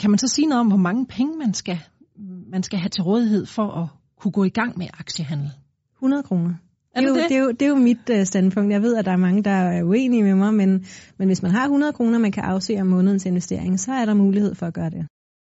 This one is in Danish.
Kan man så sige noget om, hvor mange penge man skal, man skal have til rådighed for at kunne gå i gang med aktiehandel? 100 kroner. Er det, det er jo, det? det? er jo, det er jo mit øh, standpunkt. Jeg ved, at der er mange, der er uenige med mig, men, men hvis man har 100 kroner, man kan afse om månedens investering, så er der mulighed for at gøre det.